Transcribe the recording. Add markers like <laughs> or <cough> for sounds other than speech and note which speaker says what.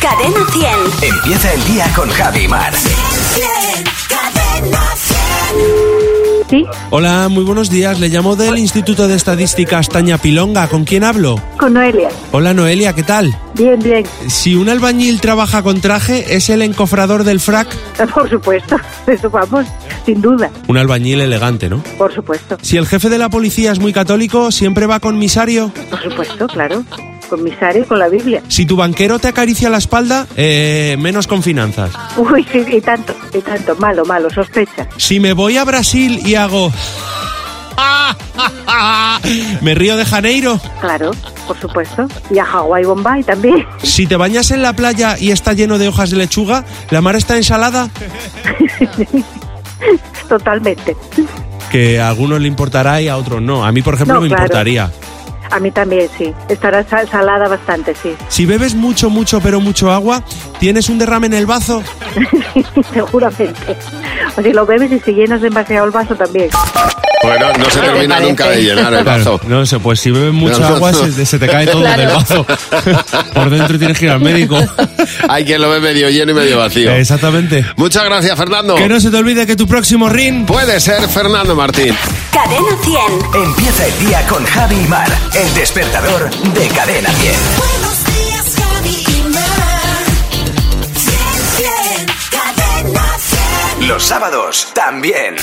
Speaker 1: Cadena 100.
Speaker 2: Empieza el día con Javi Mar.
Speaker 1: Cadena 100.
Speaker 3: Sí,
Speaker 4: Hola, muy buenos días. Le llamo del Instituto de Estadística Astaña Pilonga. ¿Con quién hablo?
Speaker 3: con Noelia.
Speaker 4: Hola Noelia, ¿qué tal?
Speaker 3: Bien, bien.
Speaker 4: Si un albañil trabaja con traje, ¿es el encofrador del frac?
Speaker 3: <laughs> Por supuesto. Eso vamos, sin duda.
Speaker 4: Un albañil elegante, ¿no?
Speaker 3: Por supuesto.
Speaker 4: Si el jefe de la policía es muy católico, ¿siempre va con misario?
Speaker 3: Por supuesto, claro. Con misario y con la Biblia.
Speaker 4: Si tu banquero te acaricia la espalda, eh, menos con finanzas.
Speaker 3: Uy, sí, y tanto, y tanto. Malo, malo, sospecha.
Speaker 4: Si me voy a Brasil y hago... <laughs> ¿Me río de Janeiro?
Speaker 3: Claro, por supuesto. Y a Hawái, Bombay también. <laughs>
Speaker 4: Si te bañas en la playa y está lleno de hojas de lechuga, ¿la mar está ensalada?
Speaker 3: Totalmente.
Speaker 4: que a algunos le importará y a otros no. A mí, por ejemplo,
Speaker 3: No,
Speaker 4: me
Speaker 3: claro.
Speaker 4: importaría.
Speaker 3: A mí también, sí. Estará sal- salada bastante, sí. <laughs>
Speaker 4: Si bebes mucho, mucho, pero mucho agua, tienes un derrame en el bazo.
Speaker 3: Seguramente. O si lo bebes y si llenas demasiado el vaso también.
Speaker 5: Bueno, no se termina
Speaker 3: parece.
Speaker 5: nunca de llenar el vaso.
Speaker 4: no sé, pues si bebes mucho
Speaker 5: No, no,
Speaker 4: agua
Speaker 5: no.
Speaker 4: Se, se te cae todo del bazo. Por dentro tienes que ir al médico.
Speaker 5: Hay quien lo ve medio lleno y medio vacío.
Speaker 4: Exactamente.
Speaker 5: Muchas gracias, Fernando.
Speaker 4: Que no se te olvide que tu próximo ring
Speaker 5: Puede ser Fernando Martín.
Speaker 1: Cadena 100.
Speaker 2: Empieza el día con Javi Mar. El despertador de Cadena 10.
Speaker 6: Buenos días, Javi y Mar. Bien, bien, cadena 100.
Speaker 2: Los sábados también.